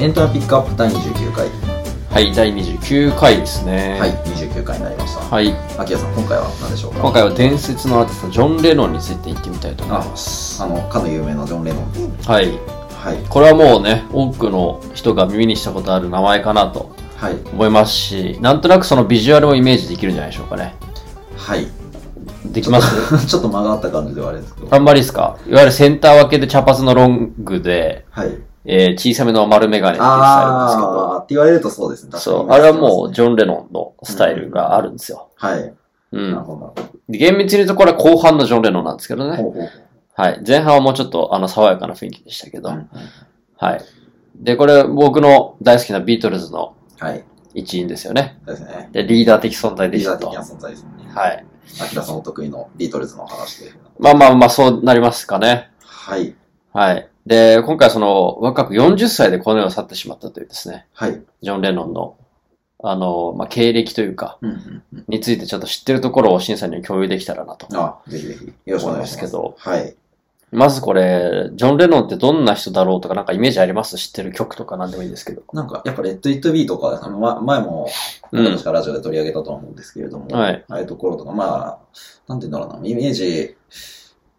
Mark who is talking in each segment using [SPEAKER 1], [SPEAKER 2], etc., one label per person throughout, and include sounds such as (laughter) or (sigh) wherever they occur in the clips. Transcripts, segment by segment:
[SPEAKER 1] エンターピックアップ第29回
[SPEAKER 2] はい、第29回ですね。
[SPEAKER 1] はい。29回になりました
[SPEAKER 2] はい。
[SPEAKER 1] 秋谷さん今回は何でしょうか
[SPEAKER 2] 今回は伝説のアーティスト、ジョン・レノンについて言ってみたいと思いま
[SPEAKER 1] あのかの有名なジョン・レノン
[SPEAKER 2] す。はい。
[SPEAKER 1] はい
[SPEAKER 2] これはもうね、多くの人が耳にしたことある名前かなと
[SPEAKER 1] はい
[SPEAKER 2] 思いますし、なんとなくそのビジュアルをイメージできるんじゃないでしょうかね。
[SPEAKER 1] はい (laughs)
[SPEAKER 2] できます
[SPEAKER 1] ちょっと間があった感じではあれですけど
[SPEAKER 2] あんまりですかいわゆるセンター分けで茶髪のロングで、
[SPEAKER 1] はい
[SPEAKER 2] えー小さめの丸メガネっていうスタイルですけ
[SPEAKER 1] ああ
[SPEAKER 2] ど、
[SPEAKER 1] って言われるとそうですね
[SPEAKER 2] そう、あれはもうジョン・レノンのスタイルがあるんですよ。
[SPEAKER 1] うはい
[SPEAKER 2] うん。
[SPEAKER 1] なるほどなる
[SPEAKER 2] で厳密に言うとこれは後半のジョン・レノンなんですけどね。
[SPEAKER 1] ほどほうほう
[SPEAKER 2] はい。前半はもうちょっとあの爽やかな雰囲気でしたけど。
[SPEAKER 1] うん
[SPEAKER 2] はい。で、これ僕の大好きなビートルズの
[SPEAKER 1] はい
[SPEAKER 2] 一員ですよね。
[SPEAKER 1] そうですね
[SPEAKER 2] で、リーダー的存在で
[SPEAKER 1] リー
[SPEAKER 2] し
[SPEAKER 1] ダー
[SPEAKER 2] た
[SPEAKER 1] 的
[SPEAKER 2] と。
[SPEAKER 1] な存在ですね
[SPEAKER 2] はい。
[SPEAKER 1] 秋田さんお得意のビートルズの話で
[SPEAKER 2] まあまあまあ、そうなりますかね。
[SPEAKER 1] はい
[SPEAKER 2] はい。で、今回その若く40歳でこの世を去ってしまったというですね、
[SPEAKER 1] はい
[SPEAKER 2] ジョン・レノンの、あの、まあ、経歴というか、
[SPEAKER 1] うんうんうん
[SPEAKER 2] についてちょっと知ってるところを審査に共有できたらなと
[SPEAKER 1] あぜひぜひよろしくお
[SPEAKER 2] 思い
[SPEAKER 1] 願
[SPEAKER 2] ま
[SPEAKER 1] いし
[SPEAKER 2] す
[SPEAKER 1] ま
[SPEAKER 2] け
[SPEAKER 1] す
[SPEAKER 2] ど、
[SPEAKER 1] はい
[SPEAKER 2] まずこれ、ジョン・レノンってどんな人だろうとかなんかイメージあります知ってる曲とかなんでもいいですけど。
[SPEAKER 1] なんか、やっぱ、レッド・イット・ビーとか、あの、ま、前も、
[SPEAKER 2] うん
[SPEAKER 1] 確かラジオで取り上げたと思うんですけれども、
[SPEAKER 2] はい
[SPEAKER 1] ああいうところとか、まあ、なんて言うんだろうな、イメージ、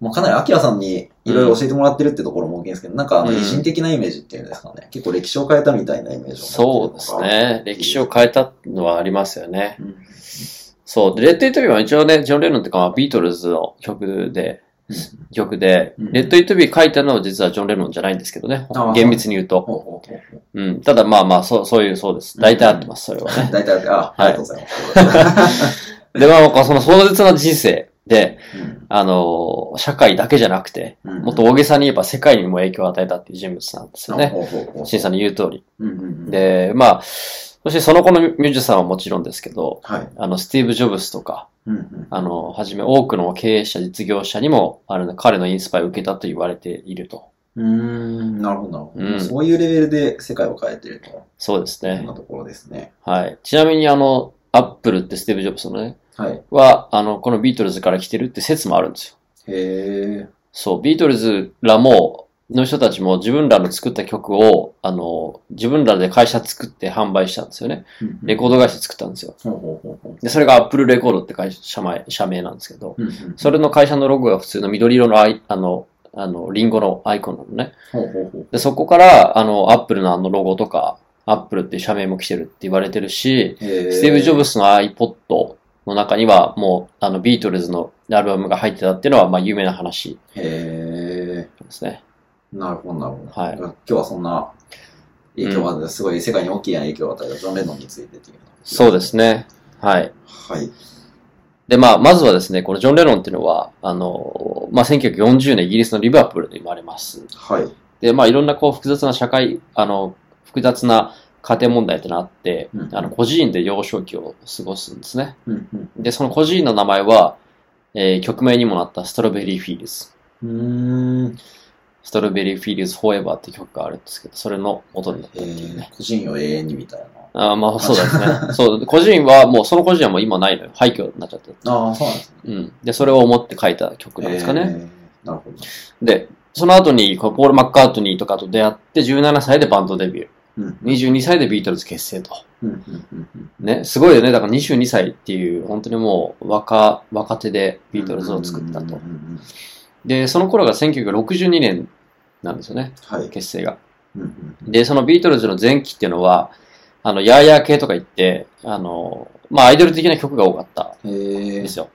[SPEAKER 1] もうかなりアキラさんにいろいろ教えてもらってるってところも大きいんですけど、なんかあの、
[SPEAKER 2] うん
[SPEAKER 1] 偉人的なイメージっていうんですかね、結構歴史を変えたみたいなイメージを持
[SPEAKER 2] そう
[SPEAKER 1] ってるのか
[SPEAKER 2] です。ね。歴史を変えたのはありますよね。
[SPEAKER 1] うん
[SPEAKER 2] そう。でレッド・イット・ビーは一応ね、ジョン・レノンっていうか、まあビートルズの曲で、曲で、
[SPEAKER 1] うん
[SPEAKER 2] レッド・イット・ビー書いたのは実はジョン・レノンじゃないんですけどね
[SPEAKER 1] あ。ー
[SPEAKER 2] 厳密に言うと。
[SPEAKER 1] ほうほうほうほう
[SPEAKER 2] うん。ただまあまあ、そう、そういう、そうです。大体合ってます、それはね。
[SPEAKER 1] 大体、あ、ありがとうございます。
[SPEAKER 2] で、まあなんか、その壮絶な人生で、
[SPEAKER 1] うん
[SPEAKER 2] あのー社会だけじゃなくて、
[SPEAKER 1] うん
[SPEAKER 2] もっと大げさに言えば世界にも影響を与えたっていう人物なんですよね。
[SPEAKER 1] ほうほうほう
[SPEAKER 2] シンさんの言う通り。
[SPEAKER 1] うんうんうん、
[SPEAKER 2] で、まあ、そしてその後のミュージシャンはもちろんですけど、
[SPEAKER 1] はい。
[SPEAKER 2] あの、スティーブ・ジョブズとか、
[SPEAKER 1] うんうん
[SPEAKER 2] あの、はじめ多くの経営者、実業者にも、あの、彼のインスパイを受けたと言われていると。
[SPEAKER 1] うーん、なるほど、なるほど、
[SPEAKER 2] うん
[SPEAKER 1] そういうレベルで世界を変えてると。
[SPEAKER 2] そうです
[SPEAKER 1] そん
[SPEAKER 2] ね
[SPEAKER 1] な。ところですね。
[SPEAKER 2] はい。ちなみに、あの、アップルってスティーブ・ジョブズのね、
[SPEAKER 1] はい。
[SPEAKER 2] は、あの、このビートルズから来てるって説もあるんですよ。
[SPEAKER 1] へえ。
[SPEAKER 2] そう、ビートルズらも、の人たちも自分らの作った曲を、あの、自分らで会社作って販売したんですよね。レコー
[SPEAKER 1] ド。
[SPEAKER 2] ド会社作ったんですよ。
[SPEAKER 1] ほうほうほうほう。
[SPEAKER 2] で、それがアップルレコードって会社名、社名なんですけど、
[SPEAKER 1] うんうん
[SPEAKER 2] それの会社のロゴが普通の緑色のアイ、あの、あの、リンゴのアイコンなのね。
[SPEAKER 1] ほうほうほう。
[SPEAKER 2] で、そこから、あの、アップルのあのロゴとか、アップルっていう社名も来てるって言われてるし、ス
[SPEAKER 1] ス
[SPEAKER 2] ティーブ・ジョブ
[SPEAKER 1] ス。
[SPEAKER 2] スの iPod の中には、もう、あの、ビートルズのアルバムが入ってたっていうのは、まあ、有名な話
[SPEAKER 1] へ
[SPEAKER 2] ですね。
[SPEAKER 1] え。なるほど、なるほど。
[SPEAKER 2] はい
[SPEAKER 1] 今日はそんな影響が、すごい世界に大きな影響を与えたジョン・レノンについてっていう。
[SPEAKER 2] そうですね。はい。
[SPEAKER 1] はい。
[SPEAKER 2] で、まあ、まずはですね、このジョン・レノンっていうのは、あの、まあ、1940年イギリスのリバプールで生まれます。
[SPEAKER 1] はい。
[SPEAKER 2] で、まあ、いろんなこう複雑な社会、あの、複雑な家庭問題ってのがあって、
[SPEAKER 1] うん
[SPEAKER 2] あの、孤児院で幼少期を過ごすんですね。
[SPEAKER 1] うんうん
[SPEAKER 2] で、その孤児院の名前は、えー曲名にもなったストロベリーフィールズ。
[SPEAKER 1] うーん。
[SPEAKER 2] ストロベリーフィールズフォーエバーって曲があるんですけど、それの元になっ
[SPEAKER 1] え
[SPEAKER 2] たっていう
[SPEAKER 1] ー
[SPEAKER 2] ね。、
[SPEAKER 1] 個人を永遠にみたい
[SPEAKER 2] あーまあ、そうで
[SPEAKER 1] (laughs)
[SPEAKER 2] すね。そう、孤児院は、もう、その孤児院はもう今ないのよ。廃墟になっちゃって。
[SPEAKER 1] な。ああ、そうなんですね。
[SPEAKER 2] うん。で、それを思って書いた曲なんですかね。
[SPEAKER 1] えー。なるほど。
[SPEAKER 2] で、その後に、こうポール・マッカートニーとかと出会って、17歳でバンドデビュー。
[SPEAKER 1] うん。
[SPEAKER 2] 22歳でビートルズ結成と。
[SPEAKER 1] うんうんうんうん
[SPEAKER 2] ね、すごいよね。だから22歳っていう、本当にもう若、若手でビートルズを作った
[SPEAKER 1] う
[SPEAKER 2] と
[SPEAKER 1] んう。んうんうん
[SPEAKER 2] で、その頃が1962年なんですよね、
[SPEAKER 1] はい。
[SPEAKER 2] 結成が。
[SPEAKER 1] うんうん
[SPEAKER 2] で、そのビートルズの前期っていうのは、あの、ヤーヤー系とか言って、あの、まあ、アイドル的な曲が多かったん
[SPEAKER 1] へえ
[SPEAKER 2] で。すよ。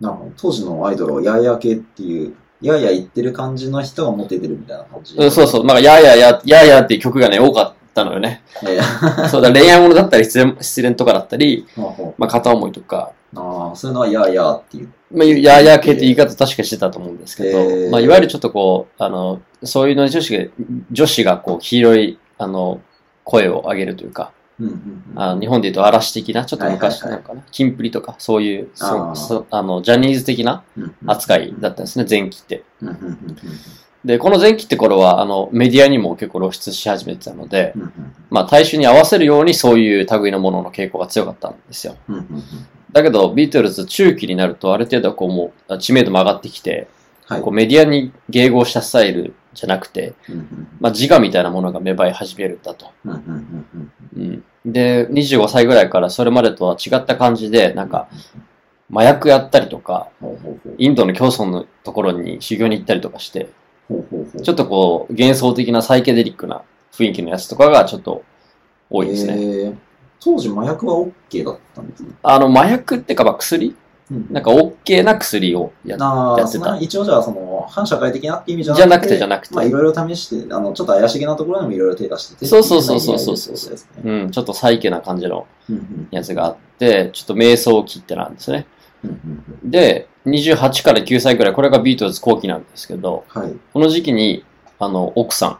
[SPEAKER 1] なるほど。当時のアイドルをやーやー系っていう、やーやー言ってる感じの人がモテてるみたいな感じ。
[SPEAKER 2] うん、そうそう。なんか、ヤーヤーヤー、ヤーヤーっていう曲がね、多かったの
[SPEAKER 1] (laughs)
[SPEAKER 2] よね。
[SPEAKER 1] えー
[SPEAKER 2] そうだ、恋愛ものだったり、失恋失恋とかだったり、
[SPEAKER 1] ほうほ
[SPEAKER 2] まあ、片思いとか、
[SPEAKER 1] うああ、そういうのはやーやーっていう。
[SPEAKER 2] まあ、やや系って言い方確かしてたと思うんですけど、
[SPEAKER 1] えー
[SPEAKER 2] まあ、いわゆるちょっとこう、あの、そういうのに女子が、女子がこう、黄色い、あの、声を上げるというか、
[SPEAKER 1] うんうんうん、
[SPEAKER 2] あの日本で言うと嵐的な、ちょっと昔
[SPEAKER 1] はい
[SPEAKER 2] な
[SPEAKER 1] はい
[SPEAKER 2] のかな、キンプリとか、そういう、
[SPEAKER 1] あー
[SPEAKER 2] そそあの、ジャニーズ的な
[SPEAKER 1] うんうん
[SPEAKER 2] 扱いだったんですね、前期って。
[SPEAKER 1] うんうんうんうん
[SPEAKER 2] で、この前期って頃は、あの、メディアにも結構露出し始めてたので、
[SPEAKER 1] うんうん
[SPEAKER 2] まあ、大衆に合わせるようにそういう類のものの傾向が強かったんですよ。
[SPEAKER 1] うんうんうんうん
[SPEAKER 2] だけど、ビートルズ中期になると、ある程度こう、もう、知名度も上がってきて、
[SPEAKER 1] はい
[SPEAKER 2] こうメディアに迎合したスタイルじゃなくて、
[SPEAKER 1] うんうん
[SPEAKER 2] まあ、自我みたいなものが芽生え始めるんだと。
[SPEAKER 1] うんうんうんうん
[SPEAKER 2] うん、で、25歳ぐらいからそれまでとは違った感じで、なんか、麻薬やったりとか、
[SPEAKER 1] ほうほうほう
[SPEAKER 2] インドの教祖のところに修行に行ったりとかして、
[SPEAKER 1] ほうほうほう
[SPEAKER 2] ちょっとこう、幻想的なサイケデリックな雰囲気のやつとかがちょっと多いですね。
[SPEAKER 1] えー当時麻薬は OK だったんですね。
[SPEAKER 2] あの、麻薬ってか、まあ薬なん
[SPEAKER 1] か、
[SPEAKER 2] か OK な薬をやっ
[SPEAKER 1] あ
[SPEAKER 2] や
[SPEAKER 1] あ、
[SPEAKER 2] って
[SPEAKER 1] そん
[SPEAKER 2] た
[SPEAKER 1] な一応じゃあ、その、反社会的なって意味じゃ
[SPEAKER 2] じゃなくてじゃなくて
[SPEAKER 1] まあ、いろいろ試して、あの、ちょっと怪しげなところにもいろいろ手出してて。
[SPEAKER 2] そうそうそうそうそうそう
[SPEAKER 1] ってい意味合いでってことですね
[SPEAKER 2] うん、ちょっとサイケな感じの
[SPEAKER 1] うんうん
[SPEAKER 2] やつがあって、ちょっと瞑想期ってなんですね。
[SPEAKER 1] うんうん
[SPEAKER 2] で、28から9歳くらい、これがビートルズ後期なんですけど、
[SPEAKER 1] うんはい。
[SPEAKER 2] この時期に、あの、奥さ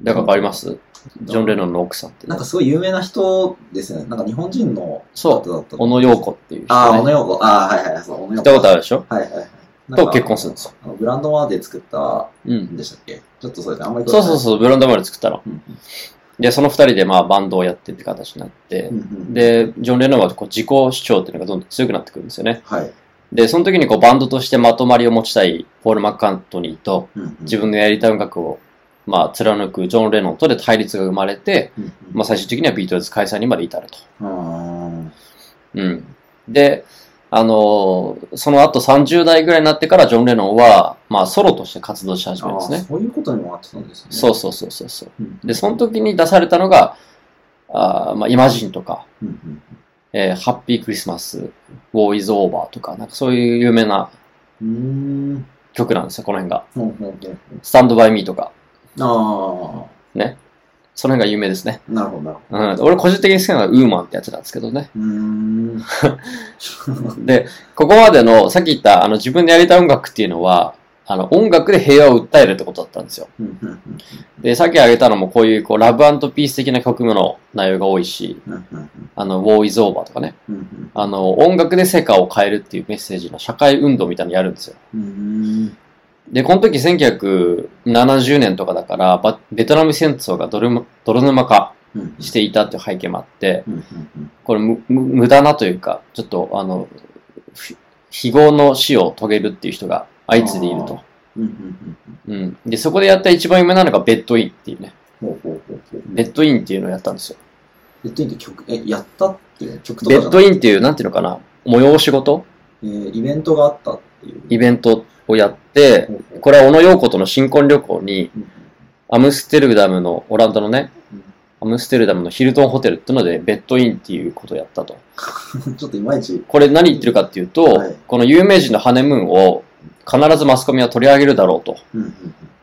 [SPEAKER 2] ん、なんか変わりますジョン・レノンの奥さんってね、
[SPEAKER 1] なんかすごい有名な人ですよね。なんか日本人の
[SPEAKER 2] そう
[SPEAKER 1] 方だった
[SPEAKER 2] 小野洋子っていう人、ね。
[SPEAKER 1] ああ、小野洋子。ああ、はいはいはい。そう、小野
[SPEAKER 2] 聞
[SPEAKER 1] 洋
[SPEAKER 2] い
[SPEAKER 1] 子。
[SPEAKER 2] たことあるでしょ
[SPEAKER 1] はいはいはい。なん
[SPEAKER 2] と
[SPEAKER 1] か
[SPEAKER 2] 結婚するんですよ。
[SPEAKER 1] あのブランドマーで作った
[SPEAKER 2] うん
[SPEAKER 1] ん。でしたっけちょっとそれであんまり
[SPEAKER 2] そうそうそう、ブランドマル作ったの。
[SPEAKER 1] うん
[SPEAKER 2] で、その二人でまあバンドをやってって形になって
[SPEAKER 1] うん。う、んうん、
[SPEAKER 2] で、ジョン・レノンはこう自己主張っていうのがどんどん強くなってくるんですよね。
[SPEAKER 1] はい。
[SPEAKER 2] で、その時にこうバンドとしてまとまりを持ちたいポール・マッカントニーと
[SPEAKER 1] うんうん
[SPEAKER 2] 自、分のやりたい音楽をまあ貫くジョン・レノンとで対立が生まれて、
[SPEAKER 1] うんうん
[SPEAKER 2] まあ最終的にはビートルズ解散にまで至ると。
[SPEAKER 1] あー
[SPEAKER 2] うん。で、あのーその後30代ぐらいになってからジョン・レノンはまあソロとして活動し始めるん
[SPEAKER 1] あ
[SPEAKER 2] です
[SPEAKER 1] ー、
[SPEAKER 2] ね。
[SPEAKER 1] そういうことにもあってたんですね。
[SPEAKER 2] そうそうそうそうそう。
[SPEAKER 1] うん
[SPEAKER 2] で、その時に出されたのが、あーまあ、イマジンとか、
[SPEAKER 1] うんうん
[SPEAKER 2] えーハッピークリスマス、War is Over とか、なんかそういう有名な
[SPEAKER 1] うーん。
[SPEAKER 2] 曲なんですよ、この辺が。
[SPEAKER 1] ほうほうほうほう
[SPEAKER 2] Stand by Me とか、
[SPEAKER 1] あ
[SPEAKER 2] その辺が有名ですね。
[SPEAKER 1] あ、なるほど、なるほ
[SPEAKER 2] うん、俺個人的に好きなのが Woman ってやつなんですけどね。 (laughs)
[SPEAKER 1] ど。うーん。
[SPEAKER 2] で、ここまでの、さっき言った、あの、自分でやりたい音楽っていうのは、あの、音楽で平和を訴えるってことだったんですよ。
[SPEAKER 1] うんうんうん
[SPEAKER 2] で、さっき挙げたのもこういう、こう、ラブピース的な曲の内容が多いし、
[SPEAKER 1] うんうん
[SPEAKER 2] あの、War is Over とかね。
[SPEAKER 1] うんうん
[SPEAKER 2] あの、音楽で世界を変えるっていうメッセージの社会運動みたいなのやるんですよ。
[SPEAKER 1] うん
[SPEAKER 2] で、この時1970年とかだから、バベトナム戦争が泥沼泥沼化
[SPEAKER 1] うんうん
[SPEAKER 2] していたっていう背景もあって、
[SPEAKER 1] うんうん
[SPEAKER 2] これむむ無駄なというか、ちょっとあの、ふ非業の死を遂げるっていう人が相次いでいると。
[SPEAKER 1] うんうんうんうん
[SPEAKER 2] うん。で、そこでやった一番有名なのがベッドインっていうね。
[SPEAKER 1] ほうほうほうほう
[SPEAKER 2] ベッドインっていうのをやったんですよ。
[SPEAKER 1] ベッドインって曲、え、やったっていう曲とか
[SPEAKER 2] ベ
[SPEAKER 1] じゃな
[SPEAKER 2] ッ
[SPEAKER 1] く
[SPEAKER 2] ド
[SPEAKER 1] て
[SPEAKER 2] インっていう、なんていうのかな、催し事
[SPEAKER 1] えーイベントがあったっていう。
[SPEAKER 2] イベントをやって、
[SPEAKER 1] ほうほう
[SPEAKER 2] これは小野洋子との新婚旅行に、
[SPEAKER 1] うん
[SPEAKER 2] アムステルダムの、オランダのね
[SPEAKER 1] うん、
[SPEAKER 2] アムステルダムのヒルトンホテルってので、ベッドインっていうことをやったと。
[SPEAKER 1] うん (laughs) ちょっといまいち。
[SPEAKER 2] これ何言ってるかっていうと、
[SPEAKER 1] はい
[SPEAKER 2] この有名人のハネムーンを必ずマスコミは取り上げるだろうと。
[SPEAKER 1] うんうんうん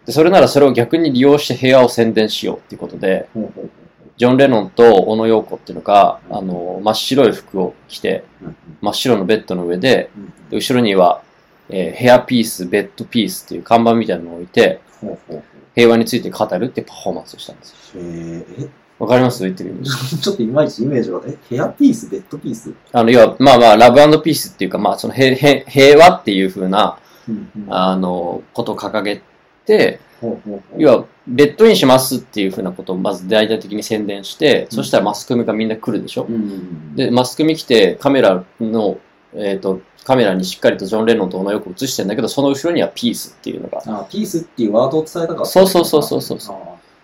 [SPEAKER 2] でそれならそれを逆に利用して部屋を宣伝しようっていうことで、
[SPEAKER 1] ほうほうほう
[SPEAKER 2] ジョン・レノンと小野洋子っていうのが、
[SPEAKER 1] うん
[SPEAKER 2] あの、真っ白い服を着て、
[SPEAKER 1] うんうん
[SPEAKER 2] 真っ白のベッドの上で、
[SPEAKER 1] うん
[SPEAKER 2] で後ろには、えーヘアピース、ベッドピースっていう看板みたいなのを置いて、
[SPEAKER 1] ほうほうほう
[SPEAKER 2] 平和について語るっていうパフォーマンスをしたんですよ。
[SPEAKER 1] えー、え (laughs)
[SPEAKER 2] わかります言ってる意味。
[SPEAKER 1] ちょっといまいちイメージが、え、ヘアピース、ベッドピース
[SPEAKER 2] あの、要は、まあまあ、ラブピースっていうか、まあ、その平、平平和っていう風な、
[SPEAKER 1] うんうん
[SPEAKER 2] あの、ことを掲げて、
[SPEAKER 1] ほうほうほう
[SPEAKER 2] 要は、ベッドインしますっていう風なことをまず大々的に宣伝して、そしたらマスコミがみんな来るでしょ
[SPEAKER 1] う。んうんうん
[SPEAKER 2] で、マスコミ来て、カメラの、えっ、と、カメラにしっかりとジョン・レノンと小野よく映してんだけど、その後ろにはピースっていうのが。
[SPEAKER 1] あピースっていうワードを伝えたかった。
[SPEAKER 2] そうそうそうそうそうそう
[SPEAKER 1] あ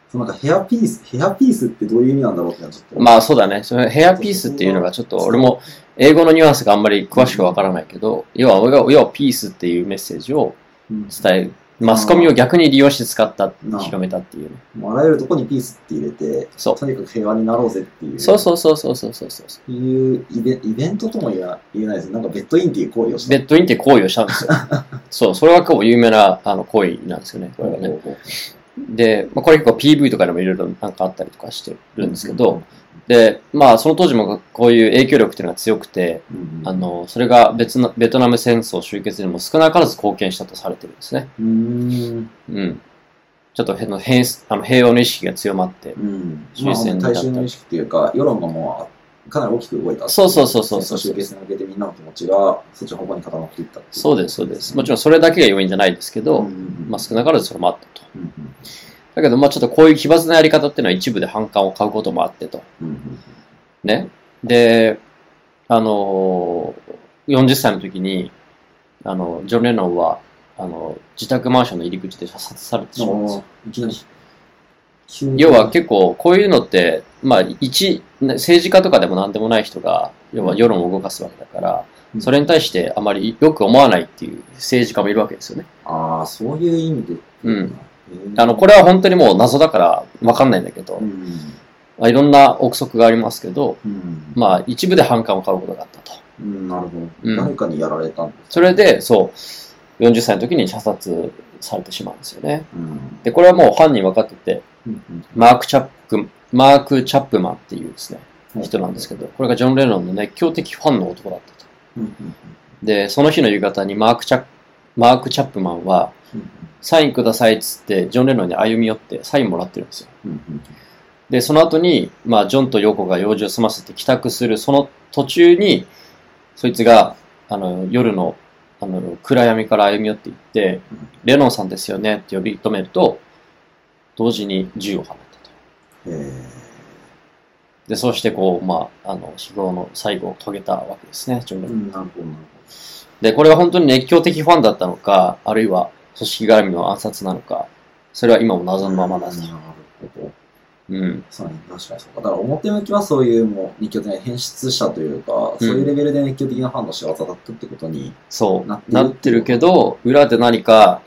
[SPEAKER 1] そうなんかヘアピース、ヘアピースってどういう意味なんだろうってのはちょっと。
[SPEAKER 2] まあ、そうだね。そのヘアピースっていうのがちょっと、俺も、英語のニュアンスがあんまり詳しくわからないけど、要は、要は要はピースっていうメッセージを
[SPEAKER 1] うん、
[SPEAKER 2] 伝える。マスコミを逆に利用して使った、広めたっていうね。
[SPEAKER 1] もうあらゆるとこにピースって入れて、
[SPEAKER 2] そう。
[SPEAKER 1] とにかく平和になろうぜっていう。
[SPEAKER 2] そうそうそうそうそうそうそ
[SPEAKER 1] う。
[SPEAKER 2] う。
[SPEAKER 1] いうイベイベントとも言えな言えないですなんかベッドインっていう行為をした。
[SPEAKER 2] ベッドインって行為をした
[SPEAKER 1] (laughs)
[SPEAKER 2] んですよ。そう、それは結構有名なあの行為なんですよね。これはね
[SPEAKER 1] ほうほうほ
[SPEAKER 2] で、まあ、これ結構 PV とかでもいろいろなんかあったりとかしてるんですけ
[SPEAKER 1] う
[SPEAKER 2] ど
[SPEAKER 1] ん、
[SPEAKER 2] で、まあその当時もこういう影響力っていうのが強くて、
[SPEAKER 1] ううんうん
[SPEAKER 2] あの、それが別のベトナム戦争終結にも少なからず貢献したとされてるんですね。
[SPEAKER 1] うーん。
[SPEAKER 2] うん。ちょっとへの変あの平和の意識が強まって。
[SPEAKER 1] うん。
[SPEAKER 2] 終
[SPEAKER 1] まあ、
[SPEAKER 2] 戦だった
[SPEAKER 1] 大衆の意識っていうか、世論がもう、かなり大きく動いた。
[SPEAKER 2] そうそうそうそう
[SPEAKER 1] そして、終結に向けてみんなの気持ちが、そっちの方向に傾っていったってい
[SPEAKER 2] そうです、そうです。もち
[SPEAKER 1] ん、
[SPEAKER 2] ろんそれだけが要因じゃないですけど、
[SPEAKER 1] うんうんうん
[SPEAKER 2] まあ、少なからずそれもあったと。
[SPEAKER 1] うんうん
[SPEAKER 2] だけど、まあちょっとこういう奇抜なやり方っていうのは一部で反感を買うこともあってと。
[SPEAKER 1] うんうん
[SPEAKER 2] ね。で、あのー40歳の時に、あの、ジョン・レノンは、あの、自宅マンションの入り口で射殺されてしまうんですよ。
[SPEAKER 1] いきなり。急に
[SPEAKER 2] 要は結構、こういうのって、まあ、一、ね政治家とかでも何でもない人が、要は世論を動かすわけだから
[SPEAKER 1] う、ん
[SPEAKER 2] それに対してあまりよく思わないっていう政治家もいるわけですよね。
[SPEAKER 1] ああ、そういう意味で。
[SPEAKER 2] うん
[SPEAKER 1] えー。
[SPEAKER 2] あの、これは本当にもう謎だからわかんないんだけど
[SPEAKER 1] う、ん。
[SPEAKER 2] まあ、いろんな憶測がありますけど、
[SPEAKER 1] うん。
[SPEAKER 2] まあ、一部で反感を買うことがあったと。
[SPEAKER 1] うん、なるほど。
[SPEAKER 2] うん
[SPEAKER 1] 誰かにやられたんです
[SPEAKER 2] それで、そう、40歳の時に射殺されてしまうんですよね。
[SPEAKER 1] うん。
[SPEAKER 2] で、これはもう犯人分かってて、
[SPEAKER 1] うん
[SPEAKER 2] マーク・チャップ、マーク・チャップマンっていうですね、
[SPEAKER 1] うん
[SPEAKER 2] 人なんですけど、これがジョン・レノンの熱狂的ファンの男だったと。
[SPEAKER 1] うんうん
[SPEAKER 2] で、その日の夕方にマーク・チャップ、マーク・チャップマンは、
[SPEAKER 1] うん
[SPEAKER 2] サインくださいっつって、ジョン・レノンに歩み寄ってサインもらってるんですよ。
[SPEAKER 1] うんうん
[SPEAKER 2] で、その後に、まあ、ジョンとヨコが用事を済ませて帰宅する、その途中に、そいつが、あの、夜の、あの、暗闇から歩み寄っていって
[SPEAKER 1] うん、
[SPEAKER 2] レノンさんですよねって呼び止めると、同時に銃を放ったと。
[SPEAKER 1] うんえ
[SPEAKER 2] で、そうしてこう、まあ、あの、非業の最後を遂げたわけですね、ジョン
[SPEAKER 1] ー
[SPEAKER 2] レ
[SPEAKER 1] う
[SPEAKER 2] ノン
[SPEAKER 1] んなるほど、なる
[SPEAKER 2] で、これは本当に熱狂的ファンだったのか、あるいは組織絡みの暗殺なのか、それは今も
[SPEAKER 1] ほど。
[SPEAKER 2] 謎のままだと
[SPEAKER 1] な。るほど。
[SPEAKER 2] うん。
[SPEAKER 1] そうね、確かにそうか。だから表向きはそういうもう熱狂的な変質者というか、そういうレベルで熱狂的なファンの仕業だったってことに、
[SPEAKER 2] そう、
[SPEAKER 1] な
[SPEAKER 2] な
[SPEAKER 1] っ
[SPEAKER 2] ってて
[SPEAKER 1] る
[SPEAKER 2] るけど、裏で何か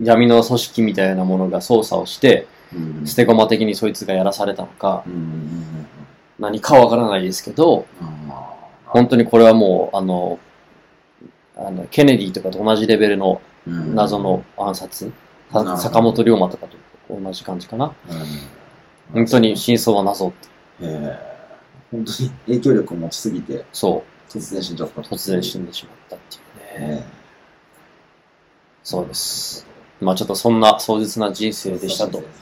[SPEAKER 2] 闇の組織みたいなものが操作をして、
[SPEAKER 1] うん
[SPEAKER 2] 捨て駒的にそいつがやらされたのか、
[SPEAKER 1] うんうんうん
[SPEAKER 2] 何かわからないですけど、
[SPEAKER 1] うんあー
[SPEAKER 2] 本当にこれはもう、あの、あのケネディとかと同じレベルの
[SPEAKER 1] うん
[SPEAKER 2] 謎の暗殺、さ
[SPEAKER 1] なるほど
[SPEAKER 2] 坂本龍馬とかと同じ感じかな。
[SPEAKER 1] うん
[SPEAKER 2] 本当に真相は謎って。
[SPEAKER 1] えー本当に影響力を持ちすぎて、
[SPEAKER 2] そ
[SPEAKER 1] 突然死んじゃった。
[SPEAKER 2] う、突然死
[SPEAKER 1] ん
[SPEAKER 2] んでしまったっていう
[SPEAKER 1] え
[SPEAKER 2] ね。そうです。まあちょっとそんな壮絶な人生でしたと。
[SPEAKER 1] そうです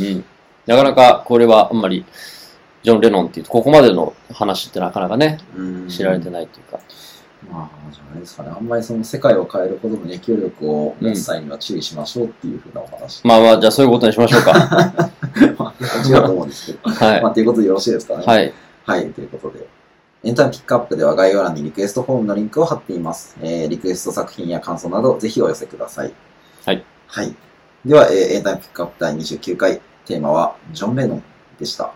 [SPEAKER 1] ね
[SPEAKER 2] うん。なかなかこれはあんまり、ジョン・レノンっていうと、ここまでの話ってなかなかね、
[SPEAKER 1] うん
[SPEAKER 2] 知られてないというか。
[SPEAKER 1] まあ、じゃああれですかね。あんまりその世界を変えるほどの影響力を持つ際には注意しましょうっていうふうなお話。
[SPEAKER 2] まあまあ、じゃあそういうことにしましょ
[SPEAKER 1] (laughs)
[SPEAKER 2] うか。
[SPEAKER 1] まあ、違うと思うんですけど。ま
[SPEAKER 2] は
[SPEAKER 1] あ、ということでよろしいですかね。
[SPEAKER 2] い。はい。
[SPEAKER 1] はい、ということで。エンタメピックアップでは概要欄にリクエストフォームのリンクを貼っています。えー、リクエスト作品や感想などぜひお寄せください。
[SPEAKER 2] はい。
[SPEAKER 1] はい。では、えーエンタメピックアップ第29回、テーマは、ジョン・レノンでした。